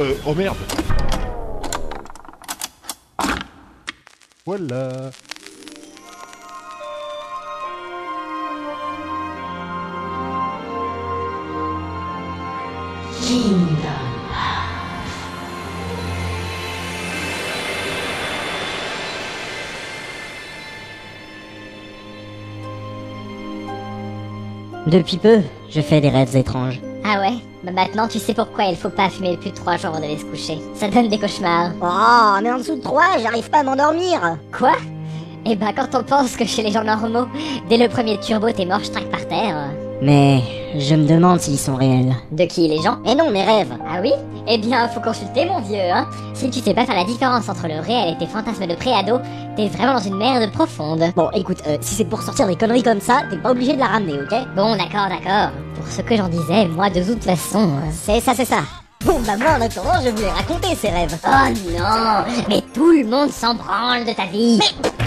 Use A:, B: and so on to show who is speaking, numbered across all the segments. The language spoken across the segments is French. A: Euh, oh merde Voilà
B: Depuis peu, je fais des rêves étranges.
C: Ah ouais Bah maintenant tu sais pourquoi il faut pas fumer plus de 3 jours avant d'aller se coucher. Ça donne des cauchemars.
D: Oh, mais en dessous de 3, j'arrive pas à m'endormir
C: Quoi Eh bah quand on pense que chez les gens normaux, dès le premier turbo t'es mort, je traque par terre.
B: Mais je me demande s'ils sont réels.
C: De qui les gens
D: Eh non, mes rêves
C: Ah oui Eh bien faut consulter mon vieux, hein Si tu sais pas faire la différence entre le réel et tes fantasmes de préado, t'es vraiment dans une merde profonde.
D: Bon, écoute, euh, si c'est pour sortir des conneries comme ça, t'es pas obligé de la ramener, ok
C: Bon d'accord, d'accord. Pour ce que j'en disais, moi de toute façon... euh,
D: C'est ça, c'est ça. Bon, bah moi, en attendant, je voulais raconter ces rêves.
C: Oh non Mais tout le monde s'en branle de ta vie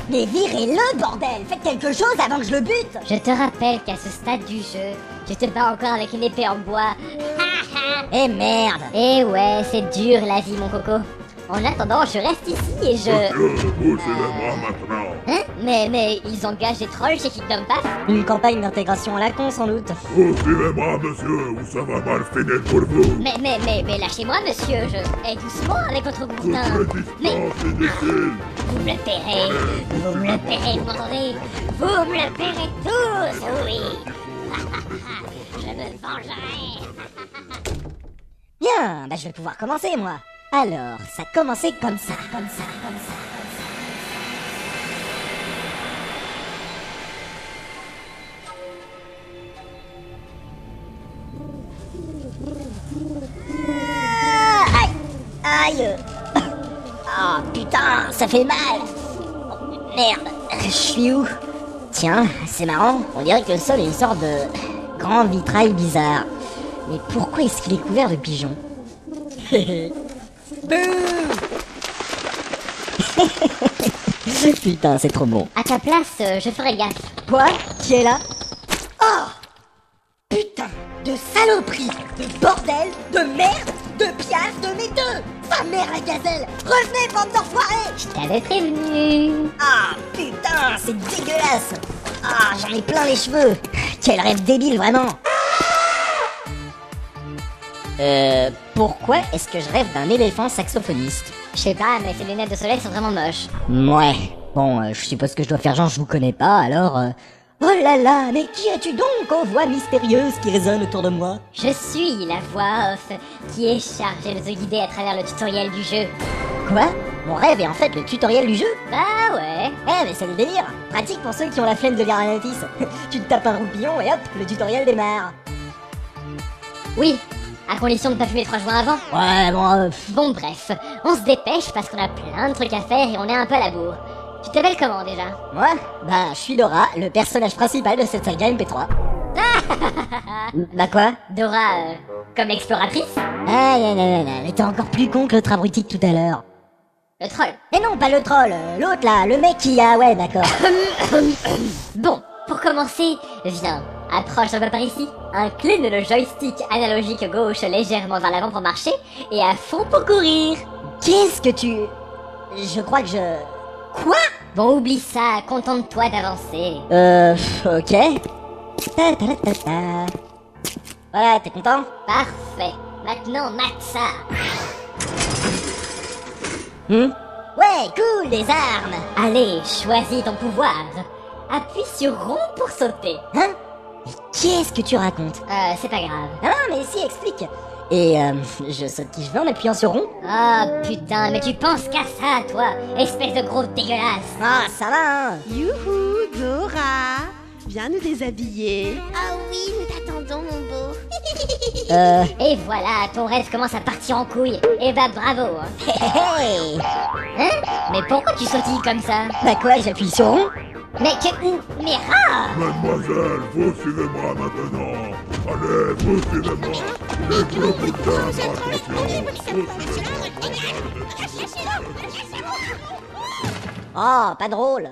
D: Mais virez-le, bordel Faites quelque chose avant que je le bute
C: Je te rappelle qu'à ce stade du jeu, je te bats encore avec une épée en bois.
D: Eh merde
C: Eh ouais, c'est dur la vie, mon coco. En attendant, je reste ici et je...
E: é Où c'est le bras maintenant
C: Hein Mais, mais, ils engagent des trolls chez Kingdom Pass
D: Une campagne d'intégration à la con, sans doute.
E: Où c'est le bras, é monsieur Ou ça va mal finir pour vous
C: Mais, mais, mais, mais lâchez-moi, monsieur, je... Eh, doucement avec votre gourdin
E: Votre distance inutile
C: Vous me le paierez Vous me le paierez, vous m'entendez Vous me le paierez tous, oui Je me vengerai
D: Bien, bah je vais pouvoir commencer, moi. Alors, ça commençait comme ça, comme ça, comme ça. Ah, Aïe Aïe Oh putain, ça fait mal Merde, Euh, je suis où Tiens, c'est marrant, on dirait que le sol est une sorte de grand vitrail bizarre. Mais pourquoi est-ce qu'il est couvert de pigeons Bouh Putain, c'est trop bon.
C: À ta place, euh, je ferai gaffe.
D: Quoi Qui est là Oh Putain de saloperie De bordel De merde De piaf De mes deux Sa mère la gazelle Revenez, bande d'enfoirés
C: Je t'avais prévenu.
D: Ah putain, c'est dégueulasse Ah, j'en ai plein les cheveux Quel rêve débile, vraiment Euh, pourquoi est-ce que je rêve d'un éléphant saxophoniste
C: Je sais pas, mais ces lunettes de soleil sont vraiment moches.
D: Ouais. Bon, euh, je suppose que je dois faire genre je vous connais pas, alors... euh, Oh là là, mais qui es-tu donc en voix mystérieuse qui résonne autour de moi
C: Je suis la voix off qui est chargée de te guider à travers le tutoriel du jeu.
D: Quoi Mon rêve est en fait le tutoriel du jeu
C: Bah ouais.
D: Eh mais c'est le délire Pratique pour ceux qui ont la flemme de lire un notice. tu te tapes un roupillon et hop, le tutoriel démarre.
C: Oui, à condition de ne pas fumer trois jours avant.
D: Ouais, bon... euh, pff,
C: Bon bref, on se dépêche parce qu'on a plein de trucs à faire et on est un peu à la bourre. Tu t'appelles comment déjà
D: moi Bah, je suis Dora, le personnage principal de cette saga MP3. bah quoi
C: Dora, euh, comme l'exploratrice
D: Ah là là là là, mais t'es encore plus con que l'autre abruti de tout à l'heure.
C: Le troll.
D: Mais non, pas le troll, euh, l'autre là, le mec qui a... Ouais, d'accord.
C: Bon, pour commencer, viens, approche un peu par ici, incline le joystick analogique gauche légèrement vers l'avant pour marcher et à fond pour courir.
D: Qu'est-ce que tu... Je crois que je... Quoi
C: Bon, oublie ça, contente-toi d'avancer.
D: Euh, pff, ok. Ta ta ta ta. Voilà, t'es content
C: Parfait. Maintenant, mate ça.
D: Hum
C: Ouais, cool, les armes. Allez, choisis ton pouvoir. Appuie sur rond pour sauter.
D: Hein Mais qu'est-ce que tu racontes
C: Euh, c'est pas grave.
D: Ah non, mais si, explique Et euh, je saute qui je veux en appuyant sur rond
C: Ah putain, mais tu penses qu'à ça, toi, espèce de gros dégueulasse.
D: Ah, ça va, hein
F: Youhou, Dora Viens nous déshabiller.
G: Ah oui, nous t'attendons, mon beau.
D: Euh...
C: Et voilà, ton rêve commence à partir en couille. Et bah bravo. hein.
D: Hey
C: Hein Mais pourquoi tu sautilles comme ça
D: Bah quoi, j'appuie sur rond
C: Mais que... Mais ah
E: Mademoiselle, vous suivez-moi maintenant Allez, vous suivez-moi Les gros boutins, attention Vous suivez-moi
D: Oh, pas drôle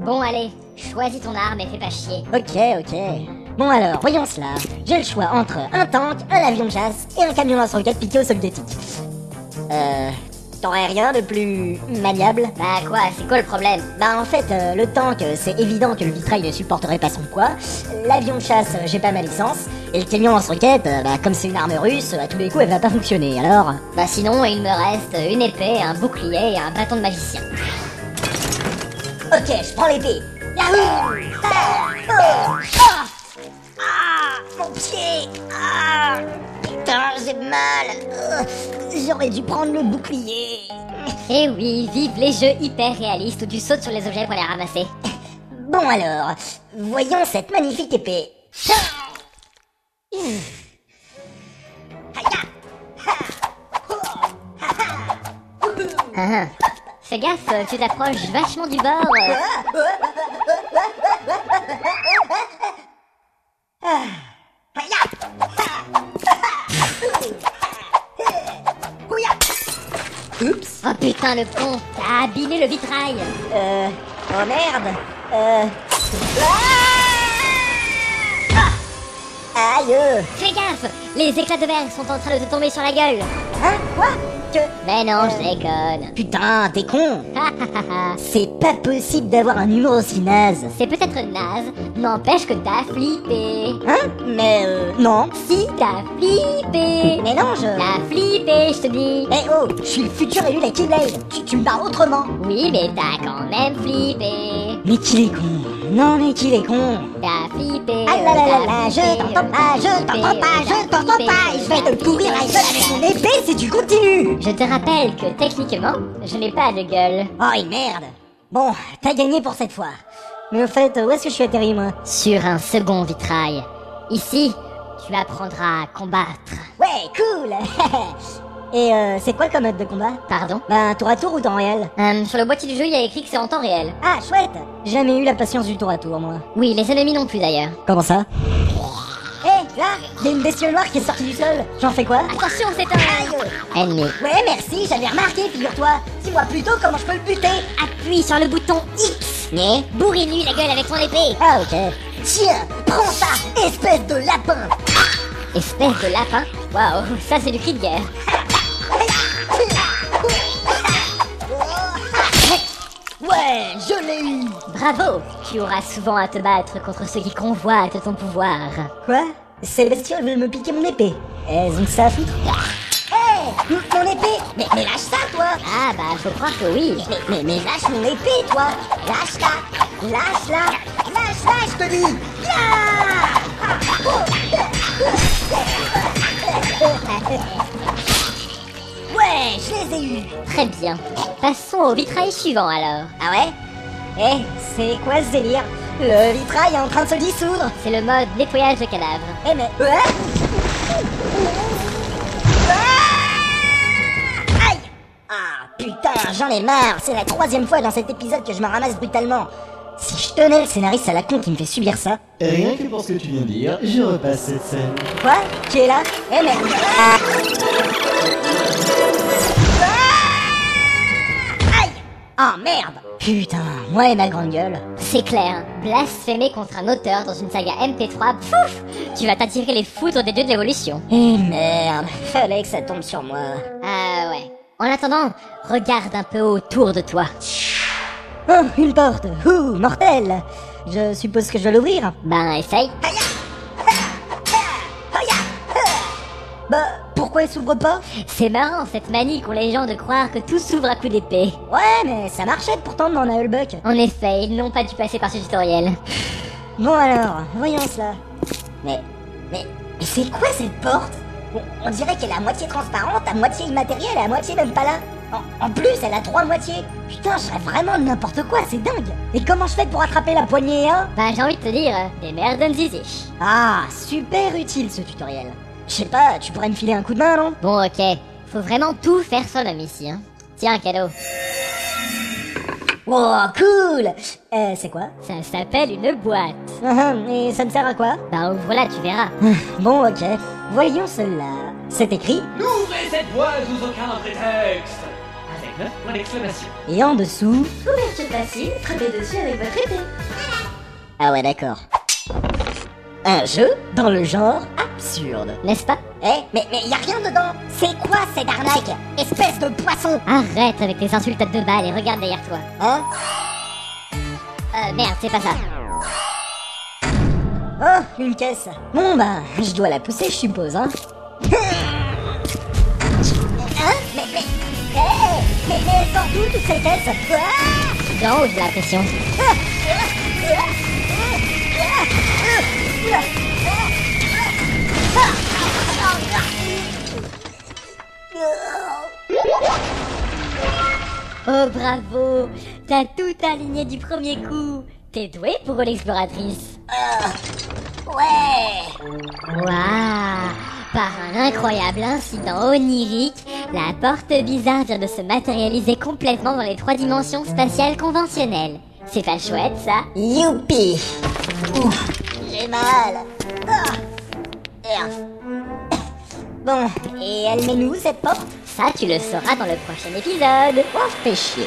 C: Bon allez, choisis ton arme et fais pas chier.
D: Ok, ok. Bon alors, voyons cela. J'ai le choix entre un tank, un avion de chasse et un camion lance-roquettes piqué au soviétique. Euh. T'aurais rien de plus maniable
C: Bah quoi, c'est quoi le problème
D: Bah en fait, euh, le tank, euh, c'est évident que le vitrail ne supporterait pas son poids. L'avion de chasse, euh, j'ai pas ma licence. Et le camion en roquette, euh, bah comme c'est une arme russe, à tous les coups elle va pas fonctionner. Alors,
C: Bah sinon, il me reste une épée, un bouclier et un bâton de magicien.
D: ok, je prends l'épée. Yahoo Ah Ah Ah Mon pied Ah Putain, j'ai mal Euh, J'aurais dû prendre le bouclier
C: Eh oui, vive les jeux hyper réalistes où tu sautes sur les objets pour les ramasser.
D: Bon alors, voyons cette magnifique épée.
C: Ah, Fais gaffe, euh, tu t'approches vachement du bord. euh.
D: Oups
C: Oh putain, le con, t'as abîmé le vitrail.
D: Euh... Oh merde Euh... Ah Aïe euh.
C: Fais gaffe, les éclats de verre sont en train de te tomber sur la gueule.
D: Hein Quoi Que...
C: Mais non, je déconne.
D: Putain, t'es con C'est pas possible d'avoir un humour aussi naze
C: C'est peut-être naze, n'empêche que t'as flippé.
D: Hein Mais euh... Non
C: Si, t'as flippé.
D: Mais non, je...
C: T'as flippé, je te dis.
D: Eh oh Je suis le futur élu de la Keyblade tu, tu me parles autrement
C: Oui, mais t'as quand même flippé.
D: Mais qu'il est con Non mais qu'il est con
C: T'as flippé.
D: Ah là là là là,
C: t'as
D: je
C: flippé,
D: t'entends pas, je t'entends pas, je
C: t'as
D: t'entends
C: flippé,
D: pas, et je vais te pourrir la gueule avec mon épée si tu continues
C: Je te rappelle que techniquement, je n'ai pas de gueule.
D: Oh et merde Bon, t'as gagné pour cette fois. Mais au fait, où est-ce que je suis atterri moi
C: Sur un second vitrail. Ici, tu apprendras à combattre.
D: Ouais, cool Et euh, c'est quoi comme mode de combat
C: Pardon
D: Ben, tour à tour ou temps réel
C: Hum, Sur le boîtier du jeu, il y a écrit que c'est en temps réel.
D: Ah, chouette Jamais eu la patience du tour à tour moi.
C: Oui, les ennemis non plus d'ailleurs.
D: Comment ça Hé, Eh, là Il y a une bestiole noire qui est sortie du sol J'en fais quoi
C: Attention, c'est un ennemi.
D: Ouais, merci, j'avais remarqué, figure-toi Dis-moi plutôt comment je peux le buter
C: Appuie sur le bouton X.
D: Mais
C: Bourrine-lui la gueule avec ton épée.
D: Ah, ok. Tiens, prends ça, espèce de lapin
C: Espèce de lapin. Waouh, ça c'est du cri de guerre.
D: Ouais, je l'ai eu
C: Bravo Tu auras souvent à te battre contre ceux qui convoitent ton pouvoir.
D: Quoi Ces bestioles veulent me piquer mon épée. Elles ont que ça à foutre. Hé m- Eh, Mon épée mais, mais lâche ça, toi
C: Ah bah, faut croire que oui.
D: mais, mais, mais lâche mon épée, toi Lâche-la Lâche-la Lâche-la, je te dis Ya Ouais, je les ai eus
C: Très bien. Passons au vitrail suivant alors.
D: Ah ouais Eh, c'est quoi ce délire Le vitrail est en train de se dissoudre
C: C'est le mode nettoyage de cadavres.
D: Eh mais... Ah Aïe Ah putain, j'en ai marre C'est la troisième fois dans cet épisode que je me ramasse brutalement Si je tenais le scénariste à la con qui me fait subir ça...
A: Rien que pour ce que tu viens de dire, je repasse cette scène.
D: Quoi Qui est là Eh mais... Ah Aïe Oh merde Putain, moi et ma grande gueule
C: C'est clair, blasphémer contre un auteur dans une saga MP3, pouf Tu vas t'attirer les foudres des dieux de l'évolution.
D: Eh merde, fallait que ça tombe sur moi
C: Ah ouais. En attendant, regarde un peu autour de toi.
D: Oh, une porte Ouh, mortelle Je suppose que je dois l'ouvrir
C: Ben, essaye.
D: Bah, pourquoi elle s'ouvre pas
C: C'est marrant cette manie qu'ont les gens de croire que tout s'ouvre à coups d'épée.
D: Ouais, mais ça marchait pourtant dans la Hullbuck.
C: En effet, ils n'ont pas dû passer par ce tutoriel.
D: Bon alors, voyons cela. Mais, mais, mais c'est quoi cette porte on, on dirait qu'elle est à moitié transparente, à moitié immatérielle et à moitié même pas là. En, en plus, elle a trois moitiés. Putain, je rêve vraiment de n'importe quoi, c'est dingue. Et comment je fais pour attraper la poignée, hein
C: Ben, j'ai envie de te dire, euh, des merdes de zizi.
D: Ah, super utile ce tutoriel. Je sais pas, tu pourrais me filer un coup de main, non
C: Bon, ok. Faut vraiment tout faire soi-même ici, hein. Tiens, un cadeau.
D: Oh, cool Euh, c'est quoi
C: Ça s'appelle une boîte.
D: Ah, ah, Et ça me sert à quoi
C: Ben, ouvre-la, tu verras.
D: Bon, ok. Voyons cela. C'est écrit,
H: N'ouvrez cette boîte sous aucun prétexte Avec 9 points d'exclamation.
D: et en dessous...
G: Couverture facile, frappez dessus avec votre épée.
D: Ah ouais, d'accord. Un jeu dans le genre absurde.
C: n'est-ce pas
D: Eh, mais, mais y a rien dedans C'est quoi cette arnaque Espèce de poisson
C: Arrête avec tes insultes à deux balles et regarde derrière toi.
D: Hein
C: Euh, merde, c'est pas ça.
D: Oh, une caisse Bon bah, je dois la pousser, je suppose, hein Hein Mais, mais... Hey mais, mais elles sortent d'où toutes ces caisses Ah
C: D'en haut, j'ai l'impression. Oh bravo T'as tout aligné du premier coup T'es douée pour l'exploratrice
D: Ouais
C: Waouh Par un incroyable incident onirique, la porte bizarre vient de se matérialiser complètement dans les trois dimensions spatiales conventionnelles. C'est pas chouette ça
D: Youpi Ouh, j'ai mal Ah Merde Bon, et elle mène où cette porte
C: Ça, tu le sauras dans le prochain épisode
D: Oh, fais chier